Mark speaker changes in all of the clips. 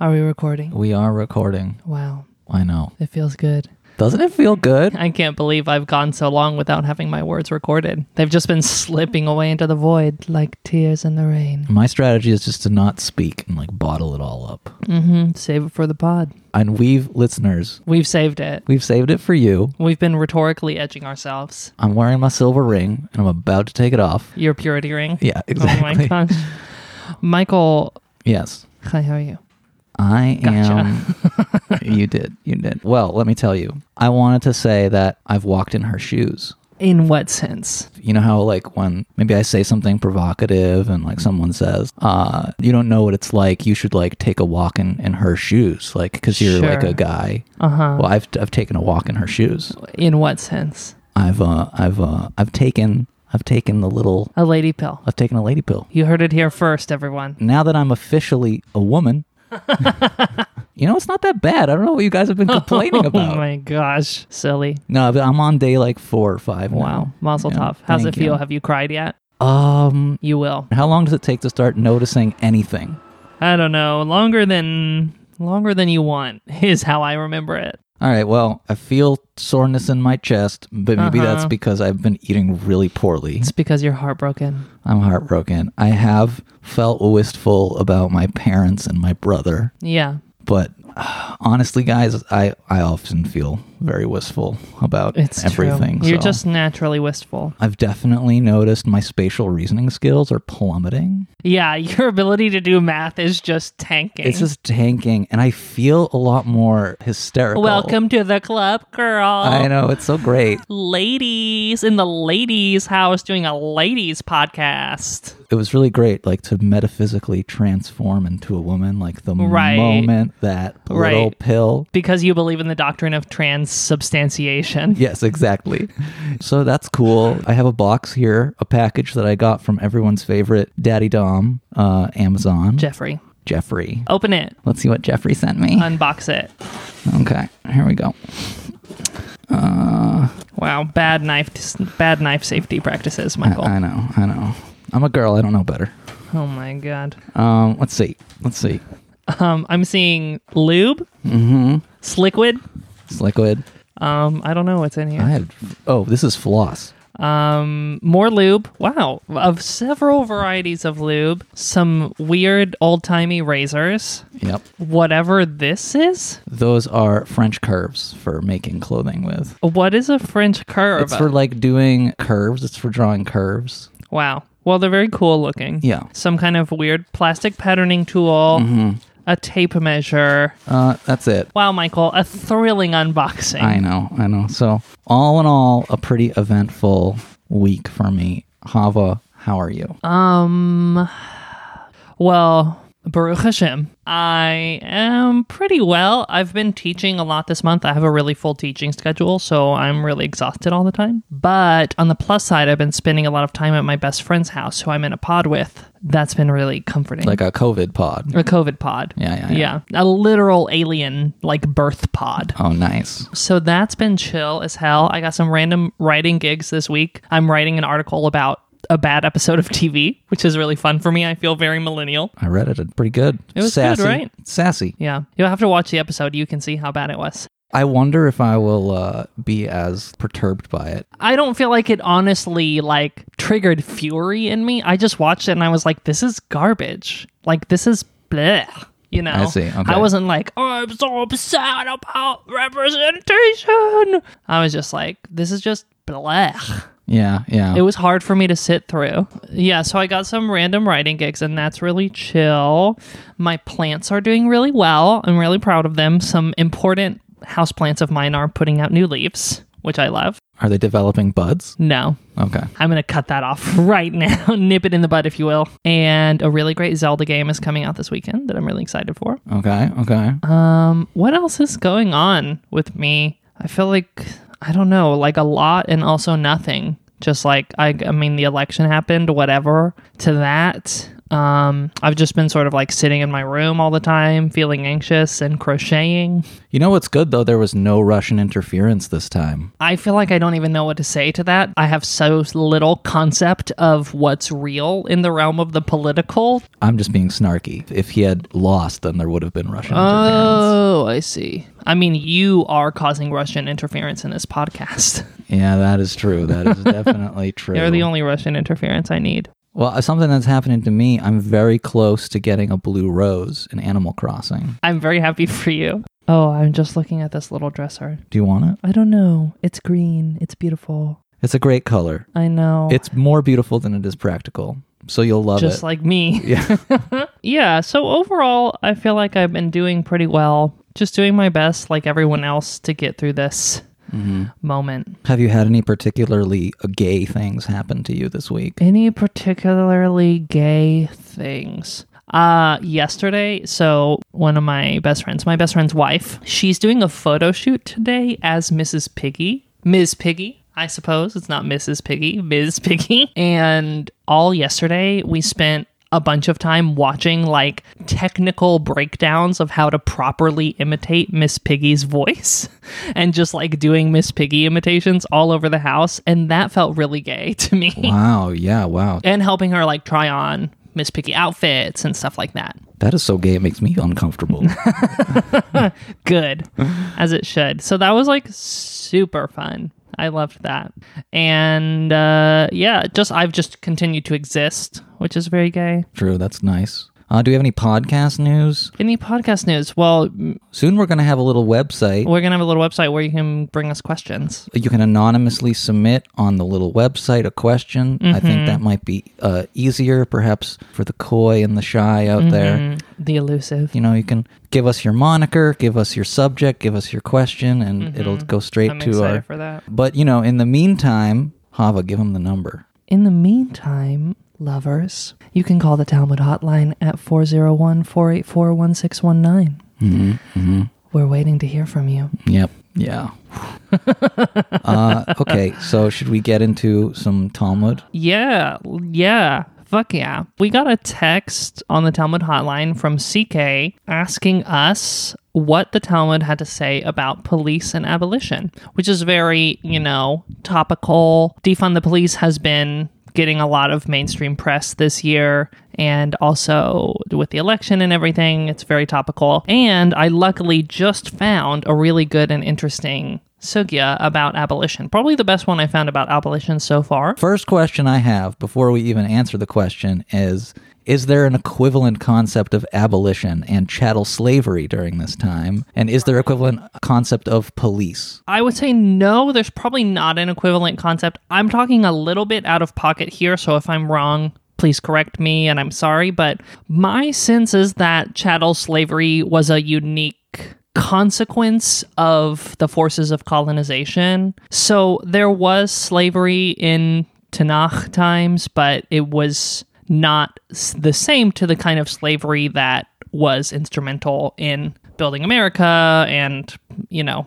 Speaker 1: Are we recording?
Speaker 2: We are recording.
Speaker 1: Wow.
Speaker 2: I know.
Speaker 1: It feels good.
Speaker 2: Doesn't it feel good?
Speaker 1: I can't believe I've gone so long without having my words recorded. They've just been slipping away into the void like tears in the rain.
Speaker 2: My strategy is just to not speak and like bottle it all up.
Speaker 1: Mm-hmm. Save it for the pod.
Speaker 2: And we've, listeners,
Speaker 1: We've saved it.
Speaker 2: we've saved it for you.
Speaker 1: We've been rhetorically edging ourselves.
Speaker 2: I'm wearing my silver ring and I'm about to take it off.
Speaker 1: Your purity ring.
Speaker 2: Yeah,
Speaker 1: Oh my
Speaker 2: exactly.
Speaker 1: gosh. Michael,
Speaker 2: Yes.
Speaker 1: hi, how are you?
Speaker 2: I
Speaker 1: Gotcha.
Speaker 2: am. you did. You did. Well, let me tell you. I wanted to say that I've walked in her shoes.
Speaker 1: In what sense?
Speaker 2: You know how, like, when maybe I say something provocative and, like, someone says, uh, you don't know what it's like. You should, like, take a walk in, in her shoes, like, because you're, like,
Speaker 1: Sure.
Speaker 2: a guy.
Speaker 1: Uh huh.
Speaker 2: Well, I've I've taken a walk in her shoes.
Speaker 1: In what sense?
Speaker 2: I've uh I've uh I've taken I've taken the little
Speaker 1: A lady pill.
Speaker 2: I've taken a lady pill.
Speaker 1: You heard it here first, everyone.
Speaker 2: Now that I'm officially a woman, you know it's not that bad. I don't know what you guys have been complaining
Speaker 1: Oh
Speaker 2: about.
Speaker 1: my gosh. Silly.
Speaker 2: No, but I'm on day like four or five. now.
Speaker 1: Wow. Mazel
Speaker 2: Yeah,
Speaker 1: tov. How's it
Speaker 2: thank
Speaker 1: feel?
Speaker 2: you.
Speaker 1: Have you cried yet?
Speaker 2: Um,
Speaker 1: You will.
Speaker 2: how long does it take to start noticing anything?
Speaker 1: I don't know. Longer than longer than you want is how I remember it.
Speaker 2: All right. Well, I feel soreness in my chest, but maybe
Speaker 1: Uh-huh.
Speaker 2: that's because I've been eating really poorly.
Speaker 1: It's because you're heartbroken.
Speaker 2: I'm heartbroken. I have felt wistful about my parents and my brother.
Speaker 1: Yeah.
Speaker 2: but uh, honestly guys i i often feel very wistful about
Speaker 1: It's true.
Speaker 2: everything
Speaker 1: You're
Speaker 2: so
Speaker 1: just naturally wistful.
Speaker 2: i've definitely noticed my spatial reasoning skills are plummeting
Speaker 1: Yeah, your ability to do math is just tanking.
Speaker 2: it's just tanking and i feel a lot more hysterical
Speaker 1: Welcome to the club, girl.
Speaker 2: i know it's so great
Speaker 1: Ladies in the ladies' house doing a ladies' podcast.
Speaker 2: it was really great like to metaphysically transform into a woman like the
Speaker 1: Right.
Speaker 2: moment that little
Speaker 1: Right.
Speaker 2: pill
Speaker 1: Because you believe in the doctrine of transubstantiation.
Speaker 2: Yes, exactly. So that's cool. I have a box here, a package that I got from everyone's favorite Daddy Dom, uh, Amazon.
Speaker 1: Jeffrey,
Speaker 2: Jeffrey.
Speaker 1: open it,
Speaker 2: Let's see what Jeffrey sent me.
Speaker 1: unbox it.
Speaker 2: Okay, here we go. Uh,
Speaker 1: Wow, bad knife, bad knife safety practices,
Speaker 2: I,
Speaker 1: Michael.
Speaker 2: I know, I know. I'm a girl. I don't know better.
Speaker 1: oh my god.
Speaker 2: Um, let's see. Let's see.
Speaker 1: Um, I'm seeing lube, mm-hmm. sliquid.
Speaker 2: It's liquid.
Speaker 1: Um, I don't know what's in
Speaker 2: I
Speaker 1: here.
Speaker 2: had. Oh, this is floss.
Speaker 1: Um, more lube. Wow, of several varieties of lube. Some weird old timey razors.
Speaker 2: Yep.
Speaker 1: Whatever this is.
Speaker 2: Those are French curves for making clothing with.
Speaker 1: What is a French curve?
Speaker 2: It's for like doing curves. It's for drawing curves.
Speaker 1: wow. Well, they're very cool looking.
Speaker 2: Yeah. Mm-hmm.
Speaker 1: Some kind of weird plastic patterning tool. A tape measure.
Speaker 2: Uh, that's it.
Speaker 1: Wow, Michael, a thrilling unboxing.
Speaker 2: I know, I know. So, all in all, a pretty eventful week for me. Hava, how are you?
Speaker 1: Um, well, Baruch Hashem, I am pretty well. I've been teaching a lot this month. I have a really full teaching schedule, so I'm really exhausted all the time. But on the plus side, I've been spending a lot of time at my best friend's house, who I'm in a pod with. That's been really comforting.
Speaker 2: like a COVID pod.
Speaker 1: a COVID pod.
Speaker 2: Yeah, yeah, yeah.
Speaker 1: yeah. A literal alien, like birth pod.
Speaker 2: Oh, nice.
Speaker 1: So that's been chill as hell. I got some random writing gigs this week. I'm writing an article about a bad episode of TV, which is really fun for me. I feel very millennial.
Speaker 2: I read it. It's pretty good.
Speaker 1: It was good,
Speaker 2: sassy.
Speaker 1: right?
Speaker 2: Sassy.
Speaker 1: Yeah. You'll have to watch the episode. You can see how bad it was.
Speaker 2: I wonder if I will uh, be as perturbed by it.
Speaker 1: I don't feel like it honestly like triggered fury in me. I just watched it and I was like, this is garbage. Like this is bleh. You know,
Speaker 2: I see. Okay.
Speaker 1: I wasn't like, "Oh, I'm so upset about representation. I was just like, this is just bleh.
Speaker 2: Yeah, yeah.
Speaker 1: It was hard for me to sit through. Yeah, so I got some random writing gigs, and that's really chill. My plants are doing really well. I'm really proud of them. Some important house plants of mine are putting out new leaves, which I love.
Speaker 2: are they developing buds?
Speaker 1: No,
Speaker 2: Okay.
Speaker 1: I'm going to cut that off right now. Nip it in the bud, if you will. And a really great Zelda game is coming out this weekend that I'm really excited for.
Speaker 2: Okay. Okay.
Speaker 1: Um, what else is going on with me? I feel like I don't know, like a lot and also nothing. Just like I, I mean, the election happened. Whatever to that. Um, I've just been sort of like sitting in my room all the time, feeling anxious and crocheting.
Speaker 2: You know what's good though? There was no Russian interference this time.
Speaker 1: I feel like I don't even know what to say to that. I have so little concept of what's real in the realm of the political.
Speaker 2: I'm just being snarky. If he had lost, then there would have been Russian interference.
Speaker 1: Oh, I see. I mean, you are causing Russian interference in this podcast.
Speaker 2: Yeah, that is true. That is definitely true.
Speaker 1: You're the only Russian interference I need.
Speaker 2: well, uh, something that's happening to me, I'm very close to getting a blue rose in Animal Crossing.
Speaker 1: I'm very happy for you. Oh, I'm just looking at this little dresser.
Speaker 2: Do you want it?
Speaker 1: I don't know. It's green. It's beautiful.
Speaker 2: It's a great color.
Speaker 1: I know.
Speaker 2: It's more beautiful than it is practical. So you'll love
Speaker 1: just
Speaker 2: it.
Speaker 1: like me.
Speaker 2: yeah.
Speaker 1: Yeah, so overall, I feel like I've been doing pretty well. Just doing my best, like everyone else, to get through this
Speaker 2: Mm-hmm.
Speaker 1: moment.
Speaker 2: Have you had any particularly uh, gay things happen to you this week?
Speaker 1: Any particularly gay things? Uh, yesterday, so one of my best friends, my best friend's wife, she's doing a photo shoot today as Mrs. Piggy. Ms. Piggy, I suppose. It's not Mrs. Piggy, Ms. Piggy. And all yesterday, we spent a bunch of time watching like technical breakdowns of how to properly imitate Miss Piggy's voice and just like doing Miss Piggy imitations all over the house. And that felt really gay to me
Speaker 2: Wow. Yeah. Wow.
Speaker 1: and helping her like try on Miss Piggy outfits and stuff like that.
Speaker 2: That is so gay. It makes me uncomfortable.
Speaker 1: Good, as it should. So that was like super fun. I loved that. And uh, yeah, just I've just continued to exist, which is very gay.
Speaker 2: True. That's nice. Uh, do we have any podcast news?
Speaker 1: Any podcast news? Well, m-
Speaker 2: Soon we're going to have a little website.
Speaker 1: we're going to have a little website where you can bring us questions.
Speaker 2: You can anonymously submit on the little website a question. I think that might be uh, easier, perhaps, for the coy and the shy out there.
Speaker 1: Mm, the elusive.
Speaker 2: You know, you can give us your moniker, give us your subject, give us your question, and it'll go straight
Speaker 1: I'm
Speaker 2: to
Speaker 1: excited
Speaker 2: our.
Speaker 1: for that.
Speaker 2: But, you know, in the meantime, Hava, give him the number.
Speaker 1: In the meantime, lovers, you can call the Talmud hotline at 401 484 1619. We're waiting to hear from you.
Speaker 2: Yep. Yeah. uh, okay, so should we get into some Talmud?
Speaker 1: Yeah, yeah. Fuck yeah. We got a text on the Talmud hotline from CK asking us what the Talmud had to say about police and abolition, which is very, you know, topical. Defund the police has been getting a lot of mainstream press this year and also with the election and everything it's very topical and i luckily just found a really good and interesting sugya about abolition probably the best one i found about abolition so far
Speaker 2: First question I have before we even answer the question is Is there an equivalent concept of abolition and chattel slavery during this time? And is there equivalent concept of police?
Speaker 1: I would say no, there's probably not an equivalent concept. I'm talking a little bit out of pocket here, so if I'm wrong, please correct me and I'm sorry, but my sense is that chattel slavery was a unique consequence of the forces of colonization. So there was slavery in Tanakh times, but it was not s- the same to the kind of slavery that was instrumental in building America and, you know,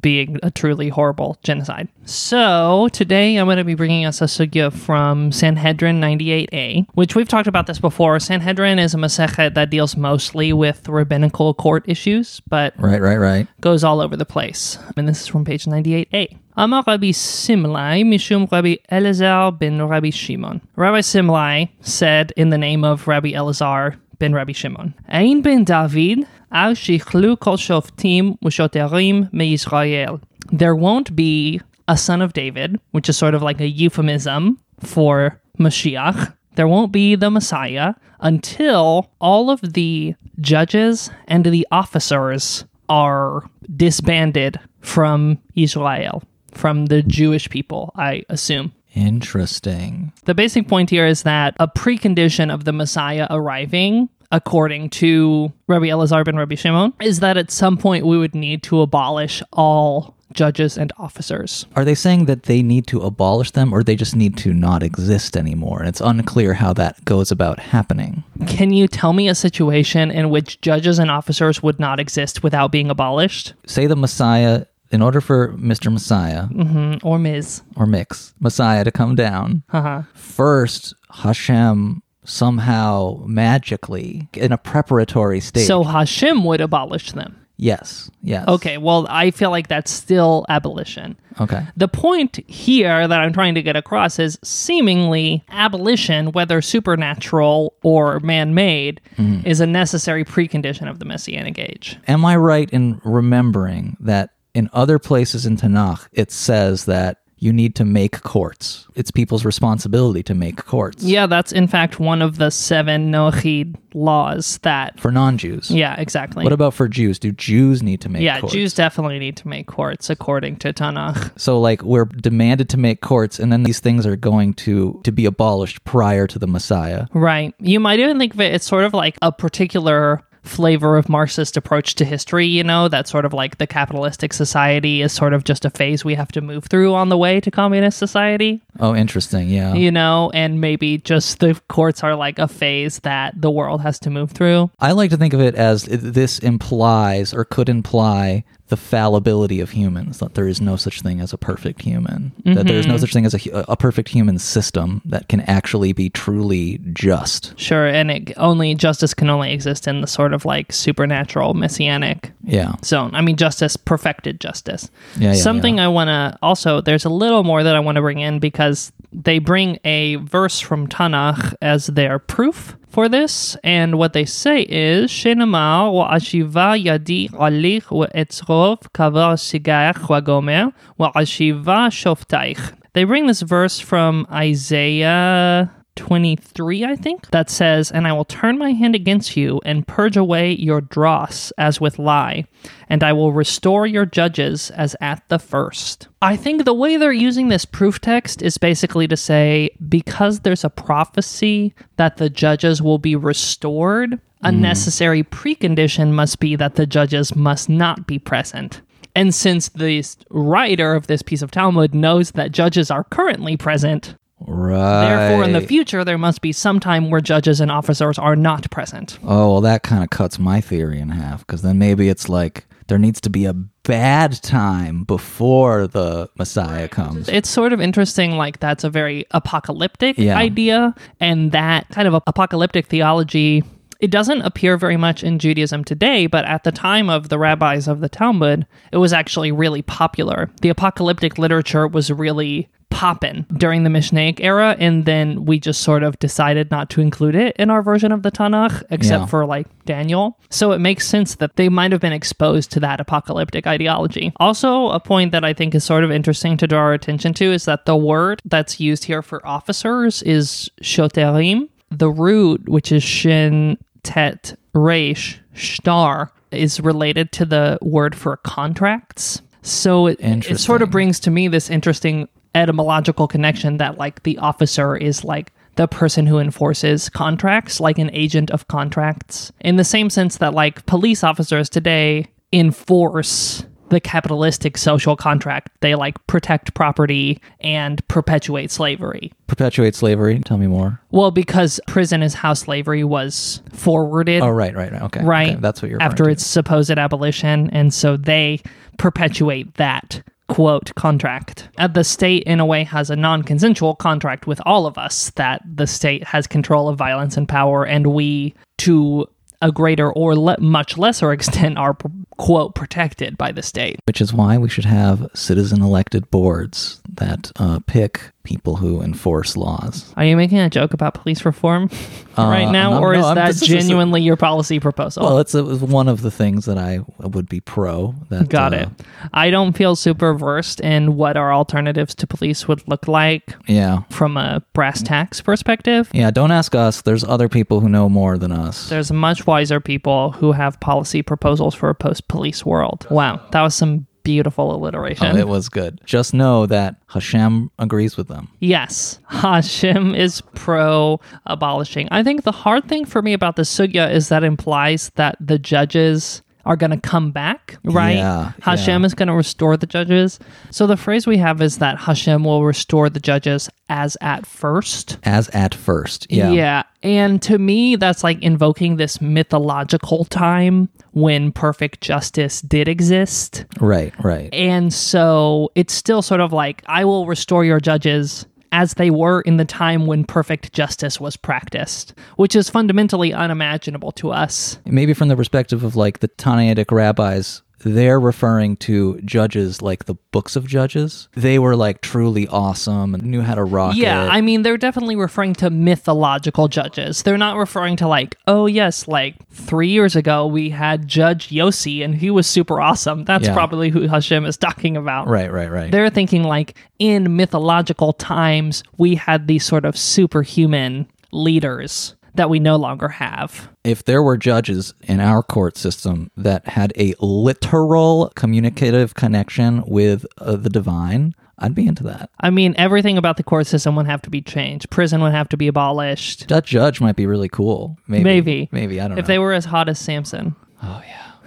Speaker 1: being a truly horrible genocide. So today I'm going to be bringing us a sugya from Sanhedrin 98a, which we've talked about this before. Sanhedrin is a masechet that deals mostly with rabbinical court issues, but
Speaker 2: Right, right, right.
Speaker 1: goes all over the place. And this is from page 98a. Amar Rabbi Simlai mishum Rabbi Elazar ben Rabbi Shimon. Rabbi Simlai said in the name of Rabbi Elazar ben Rabbi Shimon, Ein ben David al shichlu kol shoftim ushoterim meyisrael. There won't be a son of David, which is sort of like a euphemism for Mashiach. There won't be the Messiah until all of the judges and the officers are disbanded from Israel, from the Jewish people, I assume.
Speaker 2: Interesting.
Speaker 1: The basic point here is that a precondition of the Messiah arriving, according to Rabbi Elazar ben Rabbi Shimon, is that at some point we would need to abolish all judges and officers.
Speaker 2: Are they saying that they need to abolish them or they just need to not exist anymore? And it's unclear how that goes about happening.
Speaker 1: Can you tell me a situation in which judges and officers would not exist without being abolished?
Speaker 2: Say the Messiah, in order for Mr. Messiah
Speaker 1: Mm, Or Ms.
Speaker 2: or Mix, Messiah to come down,
Speaker 1: Uh-huh.
Speaker 2: first Hashem somehow magically in a preparatory stage.
Speaker 1: So Hashem would abolish them.
Speaker 2: yes, yes.
Speaker 1: Okay, well, I feel like that's still abolition.
Speaker 2: Okay.
Speaker 1: The point here that I'm trying to get across is seemingly abolition, whether supernatural or man made,
Speaker 2: Mm-hmm.
Speaker 1: is a necessary precondition of the Messianic age.
Speaker 2: Am I right in remembering that in other places in Tanakh it says that you need to make courts? It's people's responsibility to make courts
Speaker 1: Yeah, that's in fact one of the seven Noachid laws that.
Speaker 2: for non-Jews.
Speaker 1: Yeah, exactly.
Speaker 2: What about for Jews? Do Jews need to make
Speaker 1: yeah,
Speaker 2: courts?
Speaker 1: Jews definitely need to make courts according to Tanakh.
Speaker 2: So like we're demanded to make courts and then these things are going to to be abolished prior to the Messiah.
Speaker 1: Right. You might even think of it as sort of like a particular flavor of Marxist approach to history, you know, that sort of like the capitalistic society is sort of just a phase we have to move through on the way to communist society,
Speaker 2: Oh, interesting. Yeah.
Speaker 1: you know, and maybe just the courts are like a phase that the world has to move through.
Speaker 2: I like to think of it as this implies or could imply the fallibility of humans that there is no such thing as a perfect human that there is
Speaker 1: Mm-hmm.
Speaker 2: no such thing as a, hu- a perfect human system that can actually be truly just
Speaker 1: Sure, and it only justice can only exist in the sort of like supernatural messianic
Speaker 2: yeah
Speaker 1: zone. I mean, justice, perfected justice.
Speaker 2: Yeah, yeah,
Speaker 1: Something I want to also, there's a little more that I want to bring in because they bring a verse from Tanakh as their proof for this. And what they say is, Shenamar wa ashiva yadi alich wa etzrov kavar sigaich wa gomer wa ashiva shoftaich. They bring this verse from Isaiah 23, I think, that says, And I will turn my hand against you and purge away your dross as with lie, and I will restore your judges as at the first. I think the way they're using this proof text is basically to say, because there's a prophecy that the judges will be restored, a necessary precondition must be that the judges must not be present. And since the writer of this piece of Talmud knows that judges are currently present,
Speaker 2: right
Speaker 1: Therefore, in the future, there must be some time where judges and officers are not present.
Speaker 2: oh well that kind of cuts my theory in half because then maybe it's like there needs to be a bad time before the messiah comes
Speaker 1: It's sort of interesting, like, that's a very apocalyptic
Speaker 2: Yeah.
Speaker 1: idea, and that kind of apocalyptic theology. It doesn't appear very much in Judaism today, but at the time of the rabbis of the Talmud, it was actually really popular. The apocalyptic literature was really poppin' during the Mishnaic era, and then we just sort of decided not to include it in our version of the Tanakh, except
Speaker 2: Yeah.
Speaker 1: for like Daniel. So it makes sense that they might have been exposed to that apocalyptic ideology. Also, a point that I think is sort of interesting to draw our attention to is that the word that's used here for officers is shoterim. The root, which is shin tet resh star, is related to the word for contracts. So it, it sort of
Speaker 2: Interesting.
Speaker 1: brings to me this interesting etymological connection that like the officer is like the person who enforces contracts, like an agent of contracts, in the same sense that like police officers today enforce the capitalistic social contract. They like protect property and perpetuate slavery.
Speaker 2: perpetuate slavery tell me more
Speaker 1: Well, because prison is how slavery was forwarded
Speaker 2: oh right right right okay
Speaker 1: right?
Speaker 2: okay, that's what you're
Speaker 1: after
Speaker 2: referring to.
Speaker 1: its supposed abolition, and so they perpetuate that quote contract. Uh, the state, in a way, has a non-consensual contract with all of us that the state has control of violence and power, and we, to a greater or le- much lesser extent, are quote protected by the state.
Speaker 2: which is why we should have citizen elected boards that uh, pick people who enforce laws.
Speaker 1: Are you making a joke about police reform right
Speaker 2: Uh,
Speaker 1: now,
Speaker 2: no,
Speaker 1: or
Speaker 2: no,
Speaker 1: is
Speaker 2: I'm-
Speaker 1: that
Speaker 2: this is just a-
Speaker 1: genuinely your policy proposal?
Speaker 2: Well, it's, it's one of the things that I would be pro. That
Speaker 1: Got
Speaker 2: uh,
Speaker 1: it. I don't feel super versed in what our alternatives to police would look like
Speaker 2: Yeah,
Speaker 1: from a brass tacks perspective.
Speaker 2: yeah. Don't ask us. There's other people who know more than us.
Speaker 1: There's much wiser people who have policy proposals for a post police world. Wow, that was some beautiful alliteration.
Speaker 2: Oh, it was good. Just know that Hashem agrees with them.
Speaker 1: Yes, Hashem is pro abolishing. I think the hard thing for me about the sugya is that implies that the judges are going to come back, right?
Speaker 2: Yeah,
Speaker 1: Hashem is going to restore the judges. So the phrase we have is that Hashem will restore the judges as at first.
Speaker 2: As at first. Yeah.
Speaker 1: And to me, that's like invoking this mythological time when perfect justice did exist.
Speaker 2: Right. Right.
Speaker 1: And so it's still sort of like, I will restore your judges as they were in the time when perfect justice was practiced, which is fundamentally unimaginable to us.
Speaker 2: Maybe from the perspective of like the Tanaitic rabbis, they're referring to judges like the books of judges. They were like truly awesome and knew how to rock
Speaker 1: Yeah,
Speaker 2: it.
Speaker 1: I mean, they're definitely referring to mythological judges. They're not referring to, like, oh, yes, like three years ago we had Judge Yossi and he was super awesome. That's
Speaker 2: Yeah.
Speaker 1: probably who Hashem is talking about.
Speaker 2: right, right, right.
Speaker 1: They're thinking, like, in mythological times we had these sort of superhuman leaders that we no longer have.
Speaker 2: if there were judges in our court system that had a literal communicative connection with uh, the divine, I'd be into that.
Speaker 1: I mean, everything about the court system would have to be changed. Prison would have to be abolished.
Speaker 2: That judge might be really cool. Maybe.
Speaker 1: Maybe.
Speaker 2: Maybe, I don't
Speaker 1: If
Speaker 2: know.
Speaker 1: they were as hot as Samson. Oh,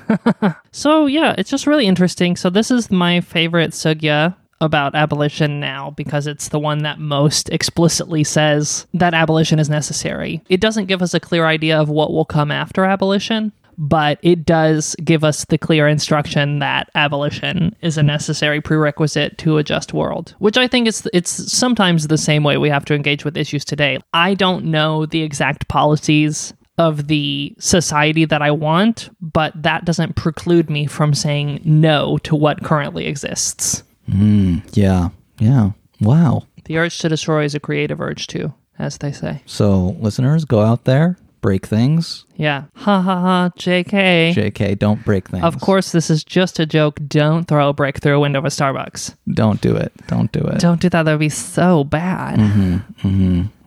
Speaker 1: yeah. so, yeah, it's just really interesting. So, this is my favorite sugya about abolition now because it's the one that most explicitly says that abolition is necessary. It doesn't give us a clear idea of what will come after abolition. But it does give us the clear instruction that abolition is a necessary prerequisite to a just world, which I think is it's sometimes the same way we have to engage with issues today. I don't know the exact policies of the society that I want, but that doesn't preclude me from saying no to what currently exists.
Speaker 2: Hmm, yeah. Yeah. Wow.
Speaker 1: The urge to destroy is a creative urge, too, as they say.
Speaker 2: So, listeners, go out there, break things.
Speaker 1: Yeah. Ha ha ha, JK.
Speaker 2: JK, don't break things.
Speaker 1: of course, this is just a joke. Don't throw a brick through a window of a Starbucks.
Speaker 2: Don't do it. Don't do it.
Speaker 1: Don't do that. That would be so bad.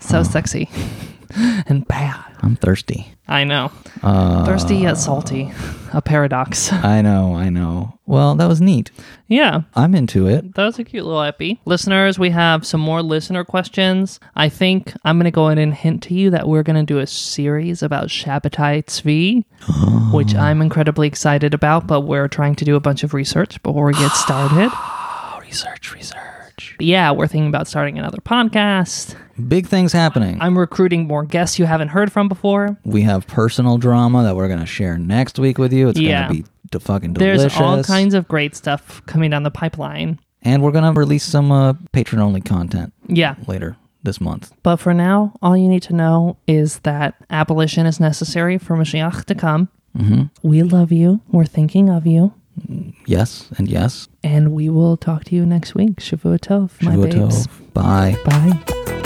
Speaker 1: So sexy and bad.
Speaker 2: I'm thirsty.
Speaker 1: I know. Thirsty yet salty. A paradox.
Speaker 2: I know. I know. Well, that was neat.
Speaker 1: yeah.
Speaker 2: I'm into it.
Speaker 1: That was a cute little epi. Listeners, we have some more listener questions. I think I'm going to go in and hint to you that we're going to do a series about Shabbatai Tzvi, which I'm incredibly excited about, but we're trying to do a bunch of research before we get started.
Speaker 2: Research, research.
Speaker 1: yeah, we're thinking about starting another podcast.
Speaker 2: Big things happening.
Speaker 1: I'm recruiting more guests you haven't heard from before.
Speaker 2: We have personal drama that we're going to share next week with you. It's
Speaker 1: Yeah.
Speaker 2: going to be de- fucking
Speaker 1: There's
Speaker 2: delicious.
Speaker 1: all kinds of great stuff coming down the pipeline.
Speaker 2: and we're going to release some uh, patron only content
Speaker 1: Yeah.
Speaker 2: later this month.
Speaker 1: But for now, all you need to know is that abolition is necessary for Mashiach to come. We love you. We're thinking of you.
Speaker 2: Yes and yes.
Speaker 1: And we will talk to you next week. Shavua Tov, my
Speaker 2: Shavuot
Speaker 1: babes.
Speaker 2: Tov. Bye.
Speaker 1: Bye.